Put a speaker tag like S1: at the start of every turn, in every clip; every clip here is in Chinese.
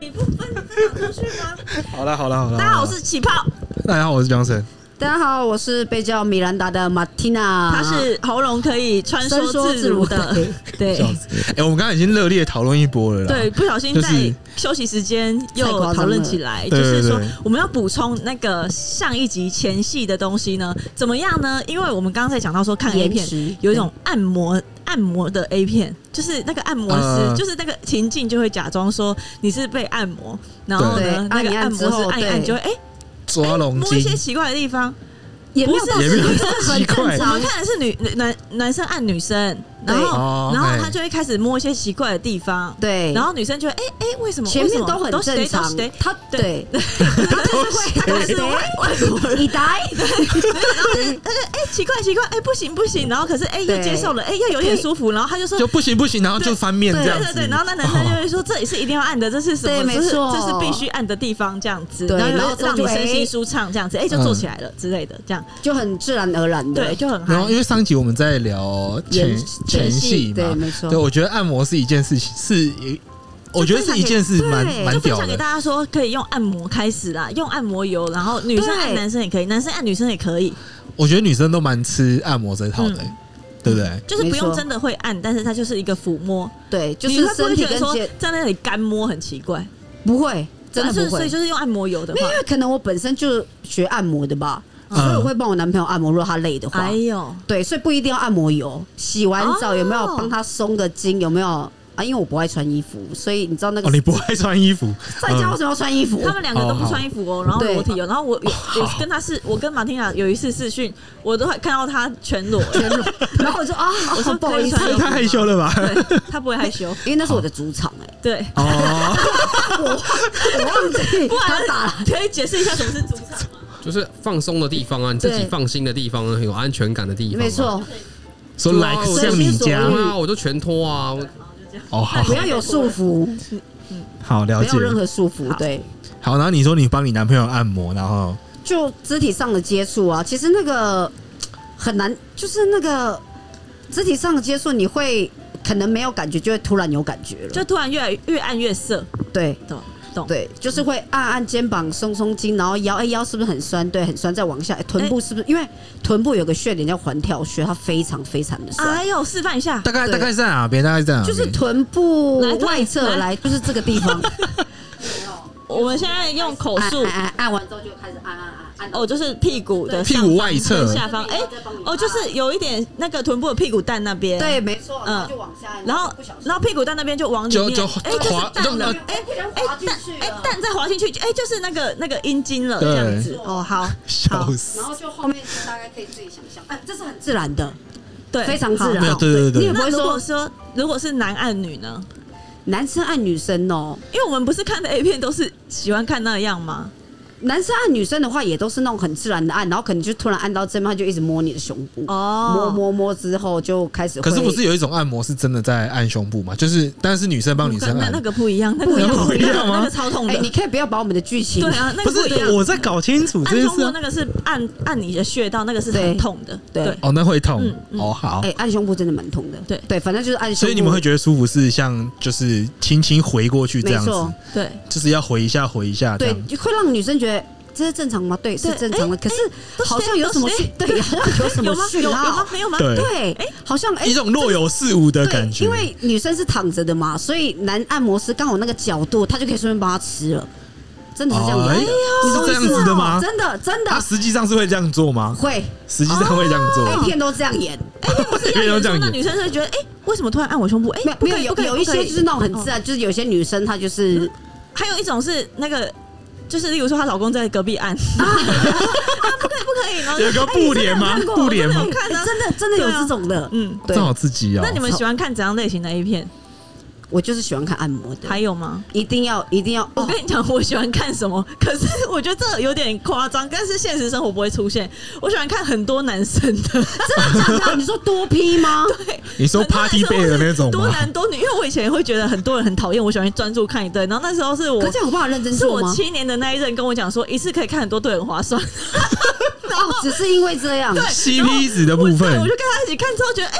S1: 你不分分享出去吗？
S2: 哦
S3: 好了好了好了，
S1: 大家好，我是起泡，
S3: 大家好，我是 江神。
S2: 大家好，我是被叫米兰达的马蒂娜，
S1: 他是喉咙可以穿
S2: 啊伸
S1: 梭
S2: 缩
S1: 自
S2: 自
S1: 如
S2: 如
S1: 的
S2: 的，
S1: 对
S3: 笑死！哎、我们刚刚已经热烈讨论一波了啦。
S1: 对，不小心
S3: 就
S1: 在
S3: 是
S1: 休息时间又
S2: 太夸张了
S1: 讨论起来，就
S3: 对
S1: 是说
S3: 对对
S1: 我们要补充那个上一集前戏的东西呢，怎么样呢？因为我们刚刚在讲到说看 A
S2: 延
S1: 片
S2: 迟
S1: 有一种按摩按摩的 A 片，就是那个按摩师，
S3: 嗯
S1: 就是那个情境就会假装说你是被按摩，然后
S2: 对
S1: 呢那
S2: 按
S1: 个
S2: 一按
S1: 按摩
S2: 之
S1: 师
S2: 后
S1: 按一按
S2: 对
S1: 就会哎
S3: 抓龙
S1: 摸一
S3: 筋
S1: 些奇怪的地方，
S2: 也没有
S1: 不是
S2: 到
S3: 也没有
S2: 这个很
S3: 奇怪
S2: 正
S1: 我
S2: 常
S1: 们，看的是女男男生按女生，然
S2: 对
S1: 后
S3: 哦
S1: 然后
S3: 嘿
S1: 他就会开始摸一些奇怪的地方，
S2: 对，
S1: 然后女生就会哎哎、为什么
S2: 前面
S1: 为什么
S2: 都很
S1: 都是
S2: 正常
S1: 都是对，
S2: 他
S1: 对
S2: 对，他就是 会他就是 会，你呆，
S1: 哎、奇怪奇怪哎、不行不行，然后可是哎、又
S2: 对
S1: 接受了哎、又有点舒服，然后他就说
S3: 就不行不行，然后就翻面
S1: 对
S3: 这样
S1: 对
S3: 子。
S1: 对，然后那男生就会说、这里是一定要按的，这是什么？
S2: 哦对
S1: 这是
S2: 没错
S1: 这是必须按的地方，这样子，
S2: 对
S1: 然
S2: 然
S1: 后
S2: 后
S1: 就让你
S2: 就哎
S1: 身心舒畅这样子，哎、就坐起来了、之类的，这样
S2: 就很自然而然的，
S1: 对，就很
S3: 然后
S1: 嗨
S3: 因。为上一集我们在聊前
S2: 前
S3: 前
S2: 前
S3: 戏
S2: 戏
S3: 嘛
S2: 对，没错
S3: 对，我觉得按摩是一件事情，是一，我觉得是一件事蛮
S2: 对
S3: 蛮
S1: 就分
S3: 屌
S1: 享给
S3: 的。
S1: 大家说，可以用按摩开始啦，用按摩油，然后女生按
S2: 对
S1: 男生也可以，男生按女生也可以，
S3: 我觉得女生都蛮吃按摩这套的、
S1: 嗯
S3: 对不对？
S1: 就是不
S2: 没
S1: 用
S2: 错
S1: 真的会按，但是它就是一个抚摸，
S2: 对，就
S1: 你
S2: 是
S1: 会不
S2: 身
S1: 会
S2: 体
S1: 觉得
S2: 跟
S1: 说
S2: 肩
S1: 在那里干摸很奇怪？
S2: 不会，真的
S1: 所以
S2: 不
S1: 所以
S2: 会，
S1: 就是用按摩油的
S2: 因
S1: 话，
S2: 为可能我本身就学按摩的吧，
S3: 嗯
S2: 所以我会帮我男朋友按摩，如果他累的话
S1: 哎，呦，
S2: 对，所以不一定要按摩油，洗完澡
S1: 哦
S2: 有没有帮他松个筋，有没有？啊，因为我不爱穿衣服，所以你知道那个
S3: 哦，你不爱穿衣服，嗯
S2: 在家为什么要穿衣服？
S1: 他们两个都不穿衣服哦，然后
S2: 对
S1: 裸体哦，然后我我我跟他是，我跟马丁雅有一次视讯，我都还看到他全裸，
S2: 全裸， 然后我就啊，
S1: 我说
S2: 不好意思
S1: 可以，穿
S3: 这也太害羞了 吧？
S1: 对他不会害羞，
S2: 因为那是我的主场哎，
S1: 对，
S3: 哦，
S2: 我忘记
S1: 不
S2: 他
S1: 然
S2: 打了，
S1: 可以解释一下什么是主场吗？
S4: 就是放松的地方啊，你自己放心的地方，有安全感的地方、 啊
S2: 没，错，
S3: 说
S4: 对
S3: 来
S4: 啊我
S3: 像你
S2: 所以
S3: 家
S2: 所以
S4: 对啊，我就全脱啊，我
S3: 哦，好
S2: 不要有束缚，
S3: 好了
S2: 没
S3: 解
S2: 有。任何束缚，对，
S3: 好，然后你说你帮你男朋友按摩，然后
S2: 就肢体上的接触啊，其实那个很难，就是那个肢体上的接触，你会可能没有感觉，就会突然有感觉了，
S1: 就突然越来越按越色，
S2: 对。
S1: 懂懂？
S2: 对，就是会按按肩膀，松松筋，然后腰，哎、腰是不是很酸？对，很酸。再往下，哎臀部是不是？因为臀部有个穴点叫环跳穴，它非常非常的酸，
S1: 哎呦，示范一下
S3: 大，概
S2: 对
S3: 大概在哪边？大概在哪边？
S2: 就是臀部
S1: 来
S2: 外
S1: 来
S2: 侧来，就是这个 地方。
S1: 我们现在用口
S2: 按
S1: 述
S2: 按。按按完之后就开始按按按按到
S1: 哦，就是屁股的
S3: 屁
S1: 上
S3: 股
S1: 方
S3: 外侧
S1: 跟下方，哎、哦，就是有一点那个臀部的屁股蛋那边，
S2: 对，没错，
S1: 嗯
S2: 然后就往下按，
S1: 然后
S2: 不小心
S1: 然后屁股蛋那边就往里
S3: 就
S1: 面，
S3: 就
S1: 哎、就是
S3: 滑
S1: 蛋了，
S3: 就
S1: 哎
S2: 不小心
S1: 哎
S2: 滑进
S1: 蛋
S2: 去了
S1: 哎蛋再滑进去，哎、就是那个那个阴茎了
S3: 对
S1: 这样子，哦好，
S3: 笑
S1: 好
S3: 死
S2: 然！后就后面就大概可以自己想象，哎，这是很自然的，
S1: 对，
S2: 非常自
S1: 好
S2: 然。
S3: 没有对对对
S2: 你也不
S1: 那
S2: 会
S1: 如
S2: 说
S1: 果说如果是男按女呢？
S2: 男生按女生哦，
S1: 因为我们不是看的 A 片都是喜欢看那样吗？
S2: 男生按女生的话也都是那种很自然的按，然后可能就突然按到这边，他就一直摸你的胸部，
S1: 哦
S2: 摸摸摸之后就开始会。
S3: 可是不是有一种按摩是真的在按胸部嘛？就是，但是女生帮女生
S1: 那
S3: 按
S1: 那。个不一样，那个
S2: 不一样
S1: 那个
S3: 不一样吗
S1: 那个超痛
S2: 哎、
S1: 的
S2: 你，可以不要把我们的剧情
S1: 对啊，那个
S3: 不
S1: 不
S3: 是
S1: 一样。
S3: 我在搞清楚这
S1: 按
S3: 件
S1: 胸
S3: 事
S1: 部
S3: 啊
S1: 那个是按按你的穴道，那个是
S2: 对
S1: 很痛的，
S2: 对
S1: 对
S3: 哦，那会痛
S1: 嗯嗯
S3: 哦，好
S2: 哎、。按胸部真的蛮痛的。
S1: 对
S2: 对，反正就是按胸部。
S3: 所以你们会觉得舒服是像就是轻轻回过去这样
S2: 没
S3: 子
S2: 错，
S1: 对。
S3: 就是要回一下回一下这
S2: 对
S3: 样。，
S2: 就会让女生觉得这是正常吗？对，是
S1: 对
S2: 正常的。
S1: 哎
S2: 可
S1: 都
S2: 是
S1: 是
S2: 好像有什么
S1: 都是
S2: 讯，对，好像有什
S1: 有
S2: 么
S1: 吗？有
S2: 讯
S1: 有
S2: 号
S1: 吗？？没有吗？
S3: 对
S2: 对，
S1: 哎
S2: 好像哎
S3: 一。种若有似无的
S2: 对
S3: 感觉，
S2: 因为女生是躺着的嘛，所以男按摩师刚好那个角度，他就可以顺便帮她吃了，真的是这样
S3: 哦
S2: 子。
S3: 哎呦
S2: 你懂我
S3: 哦是这样
S2: 意思
S3: 子的吗
S2: 真的啊真的
S3: 他实际上是会这样做吗？
S2: 会
S3: 实际上会这样
S2: ，A
S3: 做，
S2: 片都这样演，
S1: 是要
S3: 要这
S1: 演
S3: 样
S1: 那
S3: 演
S1: 女生就会觉得，哎，为什么突然按我胸部？哎
S2: 没有，
S1: 不
S2: 没
S1: 可
S2: 有
S1: 以
S2: 有
S1: 不可以
S2: 有一
S1: 不可
S2: 些
S1: 以
S2: 就是那种很
S1: 哦
S2: 自然，就是有些女生她就是
S1: 还有一种是那个，就是例如说她老公在隔壁 按，啊，不可以不可以，然后就哎
S3: 有个布帘吗？布帘吗
S1: 我真的有？看啊
S2: 哎真的真的有这种的，
S1: 嗯，
S2: 对
S3: 这，好刺激哦！
S1: 那你们喜欢看怎样类型的 A 片？
S2: 我就是喜欢看按摩的，
S1: 还有吗？
S2: 一定要一定要
S1: 我
S2: 哦，
S1: 跟你讲，我喜欢看什么？可是我觉得这有点夸张，但是现实生活不会出现。我喜欢看很多男生的，啊
S2: 真的你 说多批吗？
S3: 你 说
S1: 很多男
S3: party
S1: 生
S3: bay 的那种
S1: 多
S3: 吗？
S1: 男多女，因为我以前会觉得很多人很讨厌，我喜欢专注看 一对。然后那时候是我
S2: 可是这样我不好认真
S1: 是
S2: 做
S1: 我
S2: 吗？
S1: 七年的那一任跟我讲说，一次可以看很多对很划 算。然后
S2: 哦，只是因为这样，
S1: 对
S3: CP 值的
S1: 我
S3: 部
S1: 对
S3: 分
S1: 我就跟他一起看之后觉得，哎、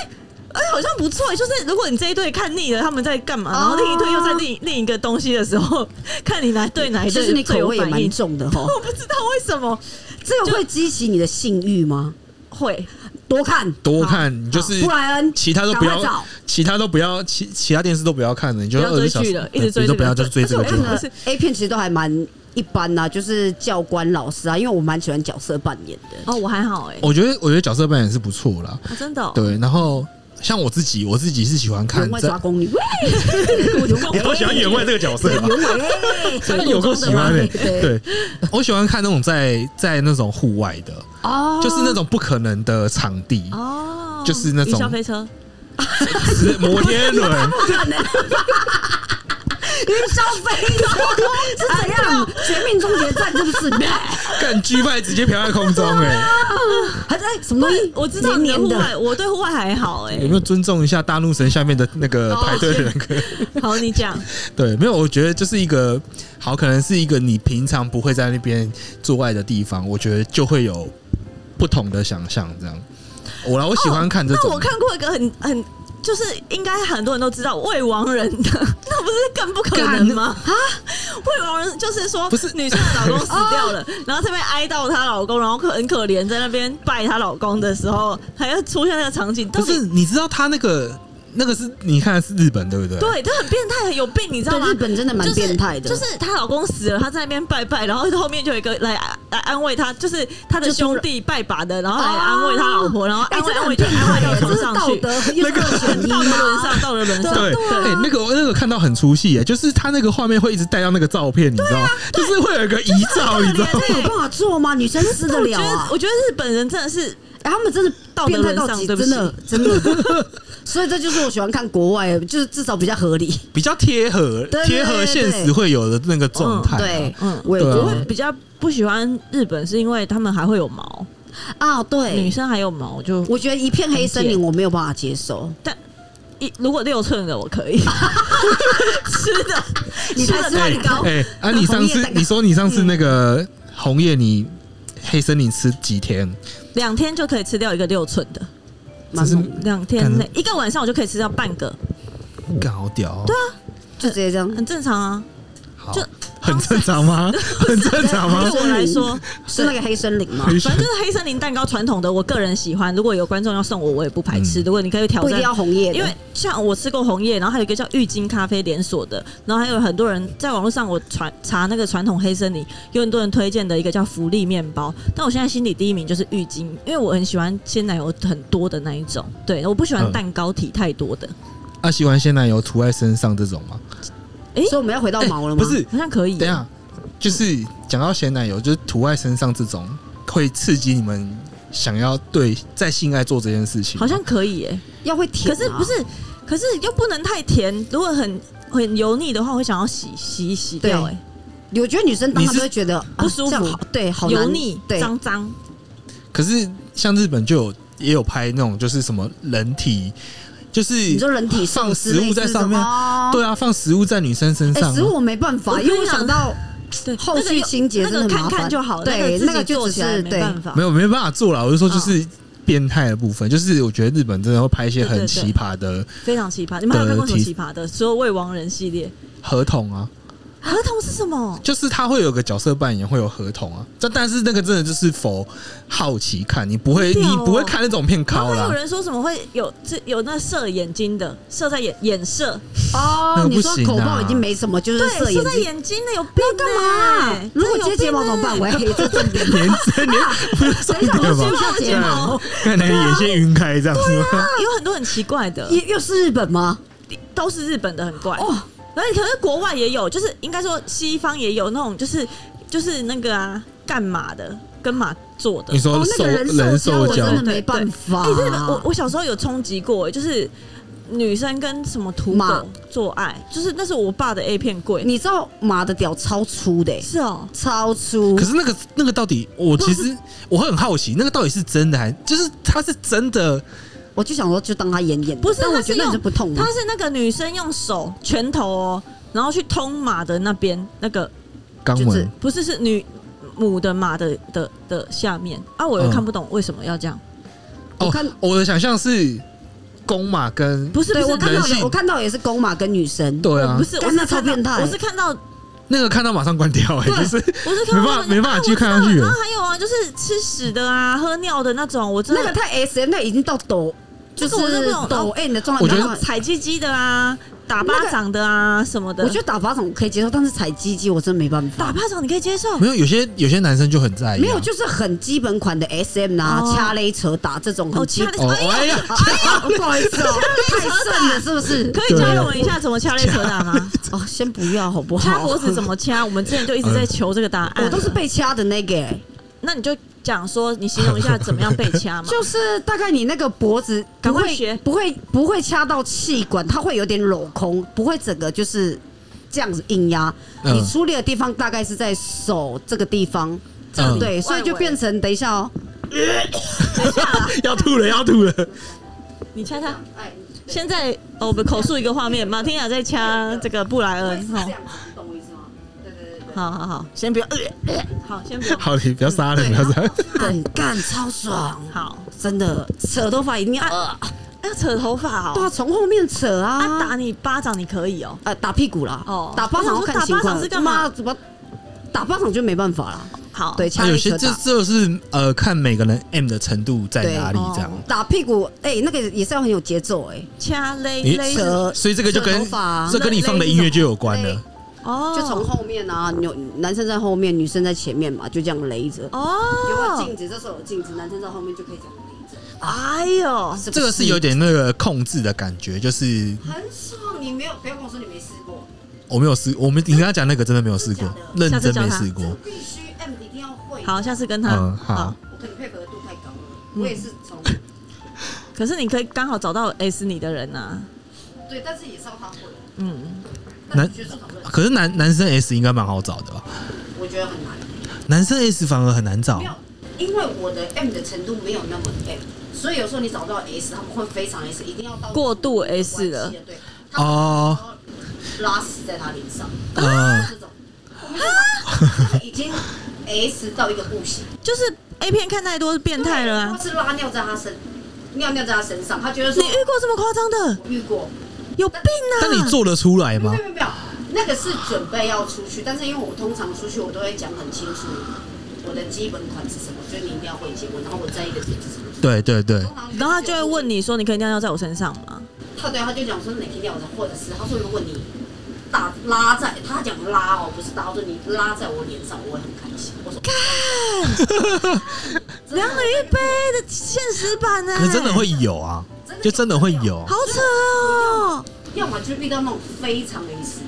S1: 哎，好像不错，就是如果你这一对看腻了他们在干嘛，然后另一对又在另另一个东西的时候，看你哪对哪一
S2: 就
S1: 对
S2: 是你
S1: 最
S2: 口
S1: 有
S2: 味也
S1: 反
S2: 蛮
S1: 应。
S2: 重的哈。
S1: 我不知道为什么
S2: 这个会激起你的性欲吗？
S1: 会，
S2: 多看，
S3: 多看，就是
S2: 不然
S3: 其他都不
S2: 赶快
S3: 要
S2: 找，
S3: 其他都不要，其其他电视都不要看了，你就
S1: 不要
S3: 二
S1: 追
S3: 十小
S1: 剧
S3: 时
S1: 了
S3: 对
S1: 一直追
S3: 你都
S1: 这
S3: 不
S1: 个
S3: 要就追这个
S1: 而且
S3: 就
S1: 我
S3: 好
S1: 看
S3: 了。
S1: 是
S2: A 片其实都还蛮一般呐、就是教官、老师啊，因为我蛮喜欢角色扮演的。
S1: 哦，我还好哎、
S3: 我觉得，我觉得角色扮演是不错啦，
S1: 啊真的、哦，
S3: 对。然后像我自己，我自己是喜欢
S2: 有
S3: 看
S2: 人会
S3: 这
S2: 抓，宫女，
S3: 我我喜欢员外这个角色啊啦， 真的有够喜欢的。欸 对，我喜欢看那种在在那种户外的，
S2: 哦，
S3: 就是那种不可能的场地，
S1: 哦，
S3: 就是那种
S1: 云霄飞车，
S3: 是摩天轮，
S2: 云霄 飞车是怎样？绝命终结战是不是？
S3: 干 G 派直接飘在空中哎，
S2: 还在什么东西？
S1: 我知道你的
S2: 黏
S1: 户
S2: 黏的
S1: 外，我对户外还好哎、
S3: 有 没有尊重一下大怒神下面的那个排队的人？ 可以
S1: 好，你讲，
S3: 对，没有，我觉得就是一个好，可能是一个你平常不会在那边做爱的地方，我觉得就会有不同的想象。这样，我来，我喜欢看这
S1: 哦那
S3: 种。
S1: 我看过一个很很。就是应该很多人都知道未亡人的， 那不是更不可能吗？啊，未亡人就是说，
S3: 不是
S1: 女生的老公死掉 了，然后这边哀悼她老公，然后可很可怜，在那边拜她老公的时候，还要出现那个场景，到
S3: 不
S1: 底
S3: 是，你知道他那个那个是你看的是日本对不对？，
S1: 对，啊这很变态，很有病，你知道
S2: 对
S1: 吗？
S2: 日本真的蛮变态的，
S1: 就是，就是她老公死了，她在那边拜拜，然后后面就有一个来来安慰她，就是她的
S2: 就突
S1: 兄
S2: 然
S1: 弟拜把的，然后来安慰她老婆，然后
S2: 哎
S1: 安慰
S2: 这个
S1: 安慰就
S2: 很变
S1: 安慰
S2: 态
S1: 到
S2: 耶，这
S1: 床
S2: 是
S1: 上
S2: 道
S1: 去，
S2: 德又是二选一
S1: 到了轮
S2: 嘛
S1: 上，。到了轮上，
S3: 对，哎、那个我那个看到很出戏耶，就是他那个画面会一直带到那个照片，你知道吗？就是会有一个遗照，你知道吗？
S2: 这有办法做吗？女生吃得了
S1: 我觉
S2: 啊
S1: 得，？我觉得日本人真的是
S2: 哎，他们真的变态到极，
S1: 道德
S2: 真
S1: 沦
S2: 的
S1: 丧
S2: 真的。 所以这就是我喜欢看国外，就是至少比较合理。
S3: 比较贴合
S2: 对对
S3: 贴合现实会有的那个状态、啊
S2: 对，
S1: 嗯
S2: 我也觉
S3: 对啊
S1: 我
S2: 得
S1: 会比较不喜欢日本，是因为他们还会有毛，
S2: 啊，
S1: 女
S2: 对，
S1: 生还有毛就。
S2: 我觉得一片黑森林我没有办法接受。
S1: 但一如果六寸的我可 以，吃的
S2: 你才
S1: 吃的
S2: 是蛋
S1: 蛋糕，
S2: 糕
S3: 哎、啊，你上
S2: 红叶
S3: 次
S2: 蛋糕嗯
S3: 你说你上次那个红叶，你黑森林吃几天？
S1: 两天就可以吃掉一个六寸的，
S2: 蛮
S3: 只是
S2: 猛的
S1: 两天内一个晚上我就可以吃掉半个，
S3: 干好屌、对啊，
S2: 就直接这样。
S1: 很正常啊。
S3: 好
S1: 就，
S3: 很正常 吗？很正常吗
S1: 对？我来说，
S2: 是那个黑森林吗？
S3: 黑
S1: 反
S3: 森
S1: 正就是黑森林蛋糕传统的，我个人喜欢。如果有观众要送我，我也不排斥。如果你可以挑
S2: 不一
S1: 战
S2: 定，要红叶的，
S1: 因为像我吃过红叶，然后还有一个叫郁金咖啡连锁的，然后还有很多人在网络上我传查那个传统黑森林，有很多人推荐的一个叫福利面包，但我现在心里第一名就是郁金，因为我很喜欢鲜奶油很多的那一种，对，我不喜欢
S3: 嗯
S1: 蛋糕体太多的，
S3: 啊，喜欢鲜奶油涂在身上这种吗？
S2: 所以我们要回到毛了吗？
S3: 哎不是，
S1: 好像可以耶。
S3: 等一
S2: 啊
S3: 下，就是讲到鲜奶油，就是涂在身上这种，会刺激你们想要对在性爱做这件事情吗。
S1: 好像可以耶、
S2: 要会舔
S1: 可
S2: 啊，
S1: 是不是，可是又不能太甜，如果很很油腻的话，会想要洗洗洗掉、
S2: 对
S1: 哎，
S2: 我觉得女生当她
S3: 你是
S2: 都会觉得
S1: 不舒服
S2: 啊这样好对，好难
S1: 油腻、
S2: 对，
S1: 脏脏，
S3: 可是像日本就有也有拍那种，就是什么人体，就是
S2: 你说人体
S3: 放
S2: 丧
S3: 食
S2: 尸
S3: 物在上面，
S2: 对，
S3: 对啊，放食物在女生身
S2: 哎，
S3: 上
S2: 食物我没办
S1: 我
S2: 法，
S1: 跟
S2: 因
S1: 你
S2: 为我想到
S1: 对，
S2: 后续清洁
S1: 那
S2: 真的
S1: 个
S2: 很麻
S1: 看
S2: 烦
S1: 看就好，
S2: 对
S1: 那
S2: 那个就
S1: 做
S2: 只
S1: 起来
S2: 是
S1: 没
S2: 对
S1: 办法
S3: 没。有没办法做了。我是说就是变态的部分，就是我觉得日本真的会拍一些
S1: 对对
S3: 很
S1: 对
S3: 奇葩的
S1: 非常奇葩。你们还有看过什么
S3: 的
S1: 奇葩的？所有未亡人系列
S3: 合同啊，
S1: 合同是什么？
S3: 就是他会有个角色扮演，会有合同啊。但但是那个真的就是否好奇看，你不会
S1: 好
S3: 你
S1: 屌哦
S3: 不会看那种片
S1: 然后
S3: 考
S1: 还有
S3: 啦。
S1: 人说什么会有这有那射眼睛的，射在眼眼射，
S2: 哦
S3: 那，个
S2: 你
S3: 不
S2: 说
S3: 行
S2: 口爆
S3: 啊
S2: 已经没什么，就是射
S1: 对，射
S2: 眼
S1: 在
S2: 睛。
S1: 眼睛的有病欸干嘛
S2: 如果接睫毛怎么
S1: 欸
S2: 办？喂，这重点。
S3: 连这连不是重
S2: 等一下
S3: 点
S2: 我先
S3: 吗？
S2: 下睫毛，
S3: 看你眼线晕开这样子吗？
S2: 啊
S1: 有很多很奇怪的，
S2: 又又是日本吗？
S1: 都是日本的很怪
S2: 哦，
S1: 而且可是国外也有，就是应该说西方也有那种，就是就是那个啊，干嘛的，跟马做的
S3: 你。说
S2: 哦，
S3: 受
S2: 那个
S3: 人
S2: 人兽交
S3: 兽
S2: 我真
S3: 交
S2: 的没办法。
S1: 哎、日本，我我小时候有冲击过，欸就是女生跟什么土
S2: 马
S1: 狗做爱，就是那是我爸的 A 片柜。
S2: 你知道马的屌超粗的欸，
S1: 是哦，
S2: 超粗
S3: 可。是那个那个到底，我其
S2: 不
S3: 实我很好奇，那个到底是真的还就是他是真的？
S2: 我就想说，就当他演演的，
S1: 不是
S2: 但我
S1: 他是
S2: 觉得你
S1: 用
S2: 就不痛
S1: 他
S2: 啊。
S1: 是那个女生用手拳头哦，然后去通马的那边那个
S3: 肛
S2: 就是
S3: 门
S1: 不是是女母的马的呃的的下面啊，我也
S3: 嗯
S1: 看不懂为什么要这样。
S2: 我
S3: 哦
S2: 看，
S3: 我的想象是公马跟
S1: 不是不
S2: 对
S1: 是
S2: 我看到
S3: 人性
S2: 有我看到也是公马跟女生，
S3: 对啊
S1: 不，是，我
S2: 干
S1: 是
S2: 那超
S1: 看到
S2: 变态
S1: 我是看到
S3: 那个看到马上关掉，哎，就是
S1: 我是看到
S3: 没办法
S1: 那个
S3: 没办法
S1: 啊
S3: 继续看下
S1: 我知道
S3: 去了
S1: 然后还有啊，就是吃屎的啊、喝尿的那种，我真
S2: 那
S1: 的
S2: 个太 S M，那已经到抖，就
S1: 这个我真
S2: 是
S1: 不懂
S2: 抖 M 的状态。
S3: 我觉得
S2: 然后
S1: 踩鸡鸡的啊、打巴掌的啊什么的。
S2: 我觉得打法总可以接受，但是踩鸡鸡我真没办
S1: 打
S2: 法。
S1: 巴掌你可以接受，
S3: 没有有些有些男生就很在意啊，
S2: 没有，就是很基本款的 S M 啊，
S1: 哦
S2: 掐勒扯打这种
S1: 哦
S2: 很基
S1: 掐勒
S2: 本。
S3: 哦，哎呀，
S2: 啊 不好意思哦，太剩了是不是？
S1: 可以教我们一下怎么掐肋扯打
S3: 啊
S1: 吗？
S2: 哦，先不要好不好？
S1: 掐脖子怎么掐？我们之前就一
S3: 哎
S1: 直在求这个答案。
S2: 我都是被掐的那个欸、
S1: 那你就讲说，你形容一下怎么样被掐 嘛？
S2: 就是大概你那个脖子
S1: 赶
S2: 不
S1: 快
S2: 会
S1: 学
S2: 不会不会掐到气管，它会有点镂空，不会整个就是这样子硬压。
S3: 嗯
S2: 你出力的地方大概是在手这个地方，
S3: 这里
S2: 对，所以就变成等一下哦，
S1: 哎
S3: 要吐了要吐了，
S1: 你掐他。
S2: 哎，
S1: 现在哦，我们口述一个画面，马天雅啊在掐这个布莱 恩。哦，
S2: 懂我意思吗？对对对
S1: 好好好，先不要，呃好，先不要。
S3: 好，你不要杀人，不要杀人，
S2: 很干超爽，
S1: 好，
S2: 真的扯头发一定要，
S1: 要扯头发
S2: 对
S1: 哦。
S2: 啊，从后面扯
S1: 啊，
S2: 啊，
S1: 打你巴掌你可以哦。
S2: 呃打屁股啦，
S1: 哦
S2: 哦，打巴掌要看情
S1: 我想说打巴
S2: 况
S1: 掌，是干嘛
S2: 妈怎么打巴掌就没办法了，
S1: 好，
S2: 对，
S3: 啊
S2: 掐
S3: 有
S2: 一
S3: 些
S2: 扯
S3: 这
S2: 打。
S3: 这是呃看每个人 M 的程度在哪里
S1: 对哦
S3: 这样，
S2: 打屁股，哎、那个也是要很有节奏、哎
S1: 掐勒
S3: 你
S1: 勒
S2: 扯
S3: 所以这个就
S2: 扯
S3: 跟
S2: 头
S1: 啊
S2: 发
S3: 这跟你放的音乐就有关了。
S1: 哦
S2: 哎，就从后面啊，有男生在后面，女生在前面嘛，就这样勒着。有没有
S1: 哦，
S2: 镜子？这时候有镜子，男生在后面就可以这样勒着，
S1: 哎呦，
S2: 是不
S3: 这个是有点那个控制的感觉，就是
S2: 很爽。你没有，不要跟我说你没试过，
S3: 我没有试，我们你刚刚讲那个真的没有试过，认
S1: 下次
S3: 真
S1: 教
S3: 没
S1: 他
S3: 试过。
S2: 必须 M 一定要会
S1: 好，下次跟他
S3: 嗯，好，，
S2: 我跟你配合度太高了，
S1: 嗯我也
S2: 是从
S1: 可是你可以刚好找到 S 你的人啊呐。
S2: 对，但是也是要他会。
S1: 嗯，
S3: 但是
S2: 学术讨论，
S3: 可是男男生 S 应该蛮好找的吧？
S2: 我觉得很难，
S3: 男生 S 反而很难找
S2: 没。
S1: 哦
S2: 有，因为我的 M 的程度没有那么 M，所以有时候你找不到 S，他们会非常 S，一定要到
S1: 过度 S 了
S2: 关系，对，他们
S3: 哦，
S2: 拉屎在他脸上，
S3: 嗯
S2: 这种，我们就是已经 S 到一个不行，
S1: 就是 A 片看太多是变态了
S2: 或
S1: 啊。
S2: 是拉尿在他身，尿尿在他身上，他觉得
S1: 你
S2: 说哦
S1: 遇过这么夸张的？
S2: 我遇过，
S1: 有病啊！
S3: 但你做得出来
S2: 没有
S3: 吗
S2: 没？有没有，那个是准备要出去，但是因为我通常出去我都会讲很清楚我的基本款是什么，就是你一定要会结婚，然后我在意的点是什么。
S3: 对对对，
S2: 通常
S1: 然后他就会问，你说：“你可以尿尿在我身上吗
S2: 他对他就讲说哪天尿在，或者是他说如果你打拉在，他讲拉哦，不是打，他说你拉在我脸上，我会很开心。我说，？”
S1: 梁雨杯的现实版呢、
S3: 可是真的会有啊，就真的会有。
S1: 好扯哦，
S2: 要么就是遇到那种非常的意思，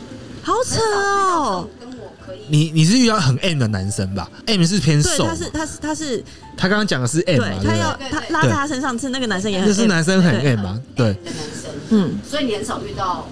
S1: 好扯哦。
S2: 跟我可以。
S3: 你你是遇到很 M 的男生吧？M 是偏
S1: 对，
S3: 瘦嘛
S1: 他，是他是他是，
S3: 他刚刚讲的是 M
S1: 对
S3: 嘛，
S1: 他
S3: 对
S1: 要
S3: 不
S2: 对
S1: 他
S2: 对
S1: 拉在他身上，是那个男生也
S3: 对？
S1: 很，
S3: 就是男生很 M 嘛，对
S2: 哎的男生，
S1: 嗯，
S2: 所以你很少遇到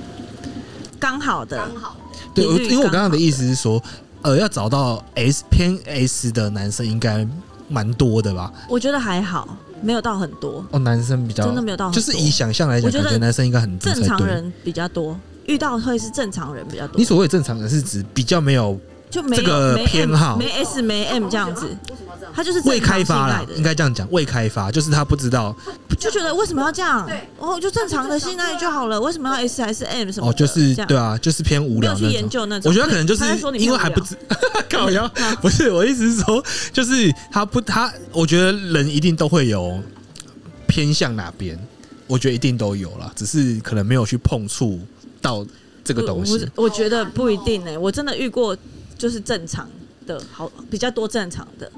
S1: 刚好的
S2: 刚，好
S3: 对，
S1: 比
S3: 我
S1: 例
S3: 因为我
S1: 刚
S3: 刚刚的
S1: 好
S3: 意思是说，呃，要找到 S 偏 S 的男生应该蛮多的吧？
S1: 我觉得还好，没有到很多，
S3: 哦，男生比较
S1: 真的没有到很
S3: 就
S1: 多
S3: 是以想象来讲，
S1: 我觉
S3: 感
S1: 得
S3: 觉男生应该很多才
S1: 正常
S3: 对。
S1: 人比较多，遇到会是正常人比较多
S3: 你，所谓正常人是指比较没有
S1: 就没有
S3: 这个
S1: 没 M-
S3: 偏好
S1: 没 S 没 M 这样子，。
S2: 为什么要这样？
S1: 他就是正常
S3: 未开
S1: 性
S3: 发啦
S1: 爱，的
S3: 应该这样讲，未开发就是他不知道
S1: 就觉得为什么要这样
S2: 对？
S1: 哦，就正常的性爱就好了，为什么要 S 还是 M 什么
S3: 哦，
S1: 的？
S3: 就是
S1: 这样
S3: 对啊，就是偏无
S1: 没有
S3: 聊
S1: 去
S3: 那
S1: 研
S3: 种。
S1: 究那种。
S3: 我觉得可能就是
S1: 他在说你
S3: 因为还
S1: 偏无
S3: 不
S1: 聊啊
S3: 知 搞笑， 不是我意思是说，就是他不他，我觉得人一定都会有偏向哪边，我觉得一定都有啦，只是可能没有去碰触到这个东
S1: 我
S3: 西
S1: 不是。我觉得不一定呢、我真的遇过就是正常的，好比较多正常的。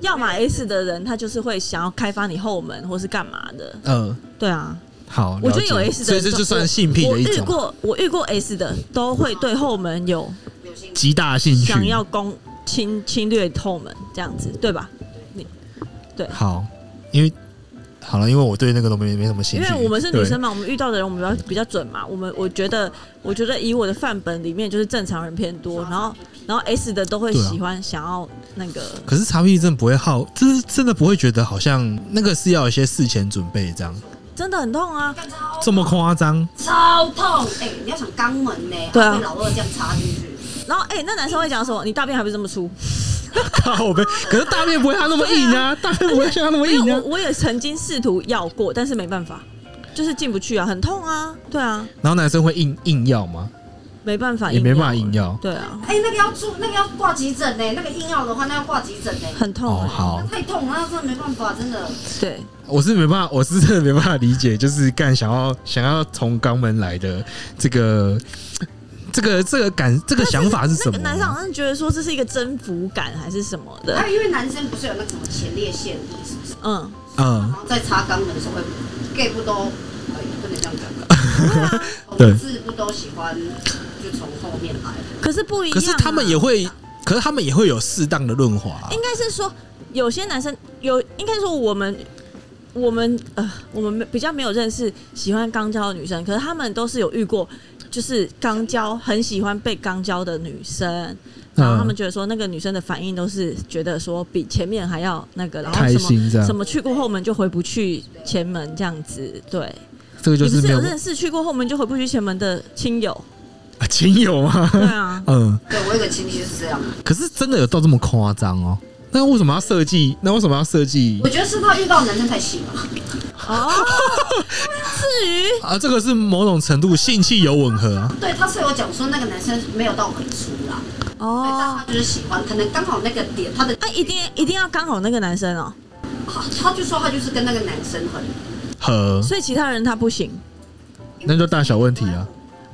S1: 要么 S 的人，他就是会想要开发你后门，或是干嘛的。
S3: 嗯，
S1: 对啊，
S3: 好，
S1: 我觉得
S3: 了解
S1: 有 S 的
S3: 所以
S1: 人，
S3: 这就算性癖
S1: 我
S3: 的一
S1: 我遇
S3: 种，
S1: 过，我遇过 S 的，都会对后门有
S2: 有兴趣，
S3: 极大兴趣。
S1: 想要攻侵侵略后门这样子，对吧？你
S3: 好，因为好了，因为我对那个都没没什么兴
S1: 因
S3: 趣，
S1: 为我们是女
S3: 对嗯
S1: 生嘛，我们遇到的人我们比较比较准嘛。我们我觉得，我觉得以我的范本里面，就是正常人偏多，然后然后 S 的都会
S3: 对啊
S1: 喜欢想要那个，
S3: 可是查 P 真的不会好，就是真的不会觉得好像那个是要有一些事前准备这样，
S1: 真的很痛啊。
S2: 干超
S3: 这么夸
S1: 哦
S3: 张？
S2: 超痛！哎、你要想肛门呢、
S1: 对啊
S2: 被老二这样插进去，
S1: 然后哎、那男生会讲什么？你大便还不是这么粗？
S3: 靠呗！可是大便不会他那么硬啊，大便不会像他那么
S1: 因
S3: 硬
S1: 啊为我
S3: 啊。
S1: 我也曾经试图要过，但是没办法，就是进不去啊，很痛啊，对啊，
S3: 然后男生会硬硬要吗？
S1: 没办法，
S3: 也没办法硬
S1: 要，
S3: 要。
S1: 对啊，
S2: 哎、那个要住，那个要挂急诊呢、那个硬要的话，那要挂急诊呢、
S1: 很痛、
S3: 哦，
S1: 啊，
S3: 好，
S2: 太痛了，那真的没办法，真的。
S1: 对，
S3: 我是没办法，我是真的没办法理解，就是干想要想要从肛门来的这个这个这个感这个想法是什
S1: 那
S3: 么
S1: 个
S3: 啊？哎
S1: 男生好像觉得说这是一个征服感还是什么的
S2: 还，有因为男生不是有那个什么前列腺液，是不是？
S1: 嗯，
S3: 嗯
S2: 然，后在插肛门的时候会，gay 不都，哎、不能这样讲，
S1: 啊
S2: 同志不都喜欢就从后面来的？
S1: 可是不一样、
S3: 可
S1: 啊，
S3: 是他们也会，可是他们也会有适当的润滑啊、
S1: 应该是说，有些男生有，应该说我们我们呃，我们没比较没有认识喜欢肛交的女生，可是他们都是有遇过，就是肛交很喜欢被肛交的女生，然后他
S3: 嗯
S1: 们觉得说那个女生的反应都是觉得说比前面还要那个，然后
S3: 开
S1: 什么
S3: 心这
S1: 什
S3: 样，
S1: 么去过后门就回不去前门这样子，对，
S3: 这个就
S1: 你不
S3: 是
S1: 是
S3: 没有
S1: 有认识去过后门就回不去前门的亲 友，
S3: 啊亲友吗？。
S1: 对啊
S3: 嗯，
S2: 对我有个亲戚是这样的，
S3: 可是真的有到这么夸张哦？那为什么要设计？那为什么要设计
S2: 我觉得是他遇到男生太细了，
S1: 哦，至于
S3: 啊？这个是某种程度性气有吻合啊。
S2: 对他是有讲说那个男生没有到很粗啦，对，但
S1: 哦
S2: 他，就是喜欢，可能刚好那个点他的
S1: 啊，一定一定要刚好那个男生哦，
S2: 啊他就说他就是跟那个男生很，
S3: 合，
S1: 所以其他人他不行
S3: 那就大小问题啊。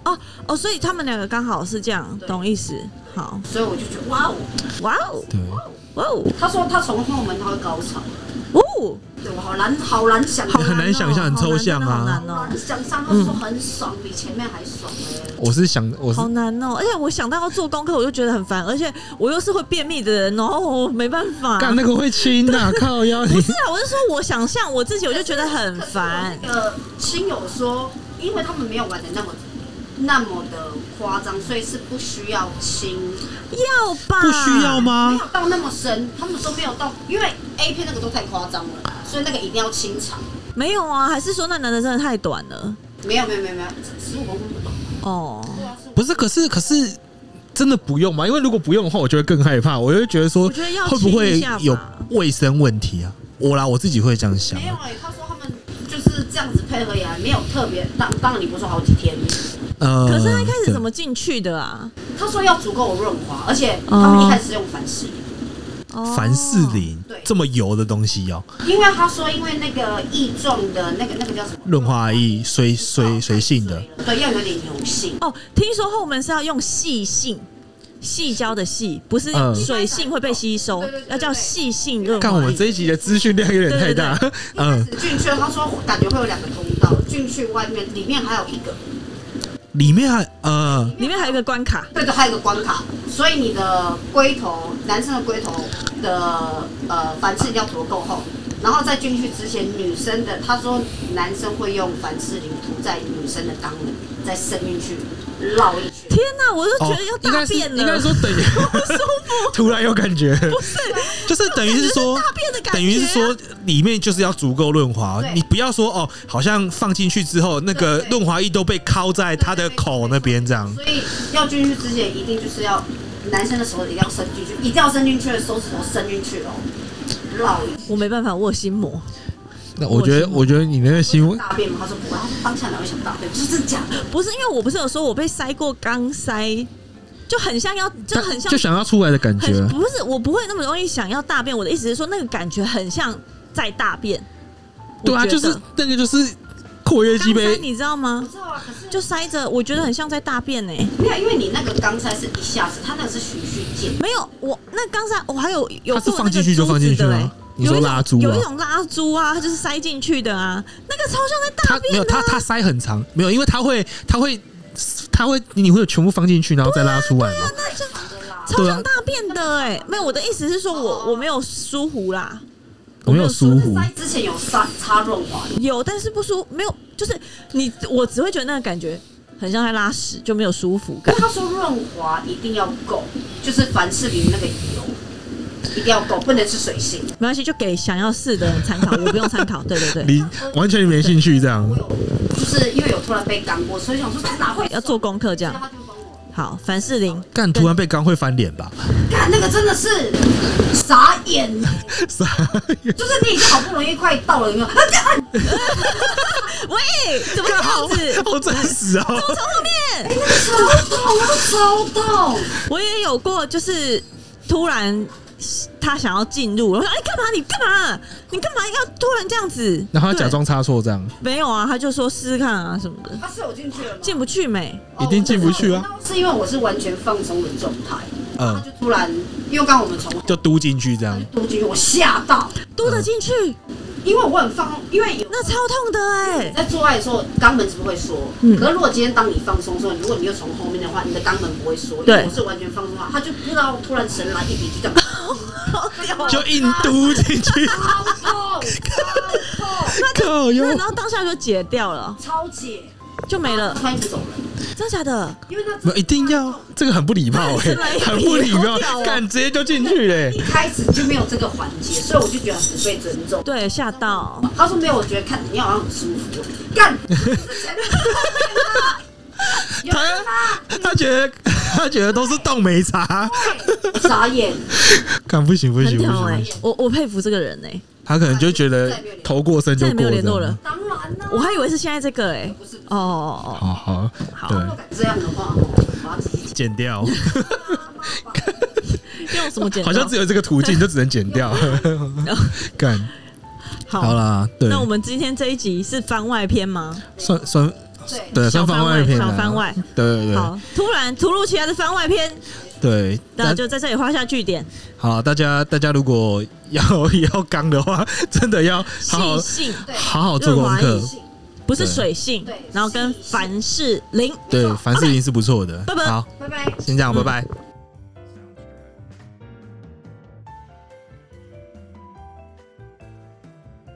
S1: 哦哦，所以他们两个刚好是这样，
S2: 对
S1: 懂意思？好，
S2: 所以我就觉得哇哦，
S1: 哇哦
S3: 对，
S1: 哇哦
S2: 他说他从后门他会高潮，
S1: 哦，
S2: 对我好难好难想，
S1: 好
S3: 很难
S1: 哦
S3: 想象很抽象啊
S1: 好难
S2: 好
S1: 哦
S2: 难想象，他说很爽，比前面还爽哎、
S3: 我是想，我是
S1: 好难哦，而且我想到要做功课，我就觉得很烦，而且我又是会便秘的人哦，我没办法。
S3: 干那个会亲 呐，靠腰你
S1: 不是啊，我是说我想象我自己，我就觉得很烦。
S2: 那个亲友说，因为他们没有玩的那么那么的夸张，所以是不需要亲，
S1: 要吧？
S3: 不需要？
S1: 哦
S2: 没
S3: 吗？
S2: 有到那么深。他们说没有到，因为 A 片那个都太夸张了，所以那个一定要清场。
S1: 没有啊，还是说那男的真的太短了？
S2: 没有没有没有没有，十五公分不懂。
S1: 哦，
S2: 对啊，是
S3: 不是，可是可是真的不用吗？因为如果不用的话，我就会更害怕，我就会觉得说
S1: 我觉得要
S3: 会不
S1: 亲
S3: 会
S1: 一下吧
S3: 有卫生问题啊？我啦，我自己会这样想啊
S2: 没。有哎、他说他们就是这样子配合也没有特别。当当然你不是说好几天，
S3: 呃，
S1: 可是他一开始
S3: 对
S1: 怎么进去的啊？
S2: 他说要足够润滑，而且他们一开始是用凡士林。
S1: 哦
S3: 凡士林
S2: 对
S3: 这么油的东西哦，
S2: 因为他说，因为那个异状的那个那个叫什么
S3: 润滑液随随随性的，，
S2: 对，要有点油性。
S1: 哦，听说后门是要用细性，细胶的细，不是
S3: 嗯
S1: 水性会被吸收
S2: 对对对，对
S1: 要叫细性 润
S3: 看我
S1: 滑
S3: 们
S1: 液。
S3: 这一集的资讯量有点太大， 嗯，
S2: 进去他说感觉会有两个通道，进去外面里面还有一个，
S3: 里面还 呃，
S1: 里面还有一个关卡，
S2: 对对，还有一个关卡，所以你的龟头，男生的龟头的呃凡士林要涂得够厚，然后在进去之前，女生的他说男生会用凡士林涂在女生的肛门，再伸进去绕一圈。
S1: 天哪，我都觉
S3: 哦
S1: 得要，
S3: 应
S1: 大
S3: 该是
S1: 便
S3: 应该
S1: 了，
S3: 说等于突然有感觉，不是，就是等于是说
S1: 大便的感觉啊，
S3: 等于是说，里面就是要足够润滑，
S2: 对
S3: 你不要说哦，好像放进去之后，那个
S2: 对对
S3: 润滑液都被靠在他的口那边这样。
S2: 所以要进去之前，一定就是要男生的手指一定要伸进去，一定要伸进去，手指头伸进去哦，绕一
S1: 我没办法，我有心魔。
S3: 那
S1: 我觉得
S3: 我觉得你那个新闻
S2: 大便吗？他说不会，他说当下哪会想大便？我说真的假的？
S1: 不是因为我不是有说我被塞过肛塞，就很像要，就很像，
S3: 想要出来的感啊
S1: 很不是我不会那么容易想要大便。我的意思是说，那个感觉很像在大便。
S3: 对啊，
S1: 我觉
S3: 就
S1: 得
S3: 是那个就是括约肌
S1: 肛塞，
S3: 呗。
S1: 你知道
S2: 我
S1: 吗？
S2: 知道啊，可是
S1: 就
S2: 就
S1: 塞着，我觉得很像在大便呢、欸
S2: 没有，因为你那个刚才是一下子，他那个是循序渐进。
S1: 没有，我那刚才我还有有
S3: 它是
S1: 做那
S3: 放
S1: 个
S3: 进去就放进去
S1: 珠子的
S3: 吗
S1: 欸？
S3: 你说拉珠
S1: 有
S3: 啊
S1: 一？种拉珠啊，它就是塞进去的啊，那个超像在大
S3: 它
S1: 便的
S3: 没有，
S1: 啊、
S3: 它它塞很长，没有，因为它会它会它会你会全部放进去，然后再拉出来嘛。
S1: 那就
S2: 啦
S1: 超像大便的哎、没有，我的意思是说我我没有疏忽啦，
S3: 我没有
S1: 嗯
S3: 疏忽，
S2: 塞之前有擦擦润滑的，
S1: 有但是不舒没有，就是你我只会觉得那个感觉很像在拉屎，就没有舒服
S2: 因
S1: 感
S2: 为。他说润滑一定要够，就是凡士林那个油一定要够，不能是水性。
S1: 没关系，就给想要试的人参考，我不用参考。对对对，
S3: 你完全没兴趣这样
S2: 我。有就是因为有突然被刚过，所以想说他哪会
S1: 要做功课这样
S2: 所以他就帮我
S1: 好，凡士林
S3: 干突然被刚会翻脸 吧？
S2: 看那个真的是傻眼，
S3: 傻眼
S2: 就是你已经好不容易快到了，有没有？啊这啊
S1: 喂，怎么这样
S3: 干好
S1: 子？
S3: 好真实哦！
S1: 从后面，
S2: 那个手痛，我手痛。
S1: 我也有过，就是突然他想要进入，我说：“哎、干嘛？你干嘛？你干嘛要突然这样子？”
S3: 然后他
S1: 对
S3: 假装插错这样，
S1: 没有啊，他就说试试看啊什么的，
S2: 他是有进去了吗？哦
S1: 进不去没？
S3: 一定进不去啊！
S2: 是因为我是完全放松的状态，他
S3: 嗯，
S2: 就突然，因为刚好我们从
S3: 就嘟进去这
S2: 他
S3: 样
S2: 就。嘟进去，我吓到，
S1: 嘟得进去，
S2: 因为我很放，因为有
S1: 那超痛的哎、
S2: 在做爱的时候，肛门是不会缩。
S1: 嗯
S2: 可是如果今天当你放松的时候，如果你又从后面的话，你的肛门不会缩。
S1: 对
S2: 因为我是完全放松的话，他就不知道突然神来一笔就这样，
S3: 就硬嘟进去，
S2: 超痛，超痛，
S3: 靠
S1: 那
S3: 哟
S1: 然！后当下就解掉了，
S2: 超解，
S1: 就没了，
S2: 穿衣服走人，
S1: 真假的？
S2: 因为他真
S3: 没
S2: 的
S3: 有一定要，这个很不礼貌哎、
S1: 真的很
S3: 很不礼
S1: 好
S3: 貌
S1: 屌哦，
S3: 干直接就进去欸嘞、
S2: 一开始就没有这个环节，所以我就觉得很不被尊重。
S1: 对，吓到，
S2: 他说没有，我觉得看你好像很舒服。干，有人吗？
S3: 他觉得他觉得都是冻没茶，
S2: 傻眼，
S3: 干不行不
S1: 很
S3: 行不
S1: 屌哎、
S3: 行，
S1: 我我佩服这个人哎、
S3: 他可能就觉得头过身就
S1: 再也没有
S3: 过
S1: 联络
S3: 这样
S1: 了。
S2: 当然啦、
S1: 我还以为是现在这个哎、
S2: 不是，
S1: 哦哦
S3: 好好
S1: 好
S2: 如
S3: 对，
S2: 果敢这样的话，我要自己
S3: 剪掉，
S1: 哦，用什么剪刀？
S3: 好像只有这个途径，就只能剪 掉。干
S1: 好
S3: 好啦，对，
S1: 那我们今天这一集是番外篇吗？
S3: 算算
S2: 对
S3: 对
S1: 小
S3: 算
S1: 番
S3: 番
S1: 外
S3: 外篇啦
S1: 小番外，
S3: 对对对
S1: 好，突然突如其来的番外篇，
S3: 对，
S1: 那
S3: 但
S1: 就在这里画下句点。
S3: 好，大家大家如果要 要刚的话， 真的要好好
S1: 细性
S2: 对
S3: 好好做功
S1: 润
S3: 课
S1: 滑。不是水性
S2: 对，
S1: 然后跟凡士林，
S3: 对，凡士林是不错的
S1: 拜拜。
S3: 好，
S2: 拜拜。
S3: 先这样，拜拜。
S2: 拜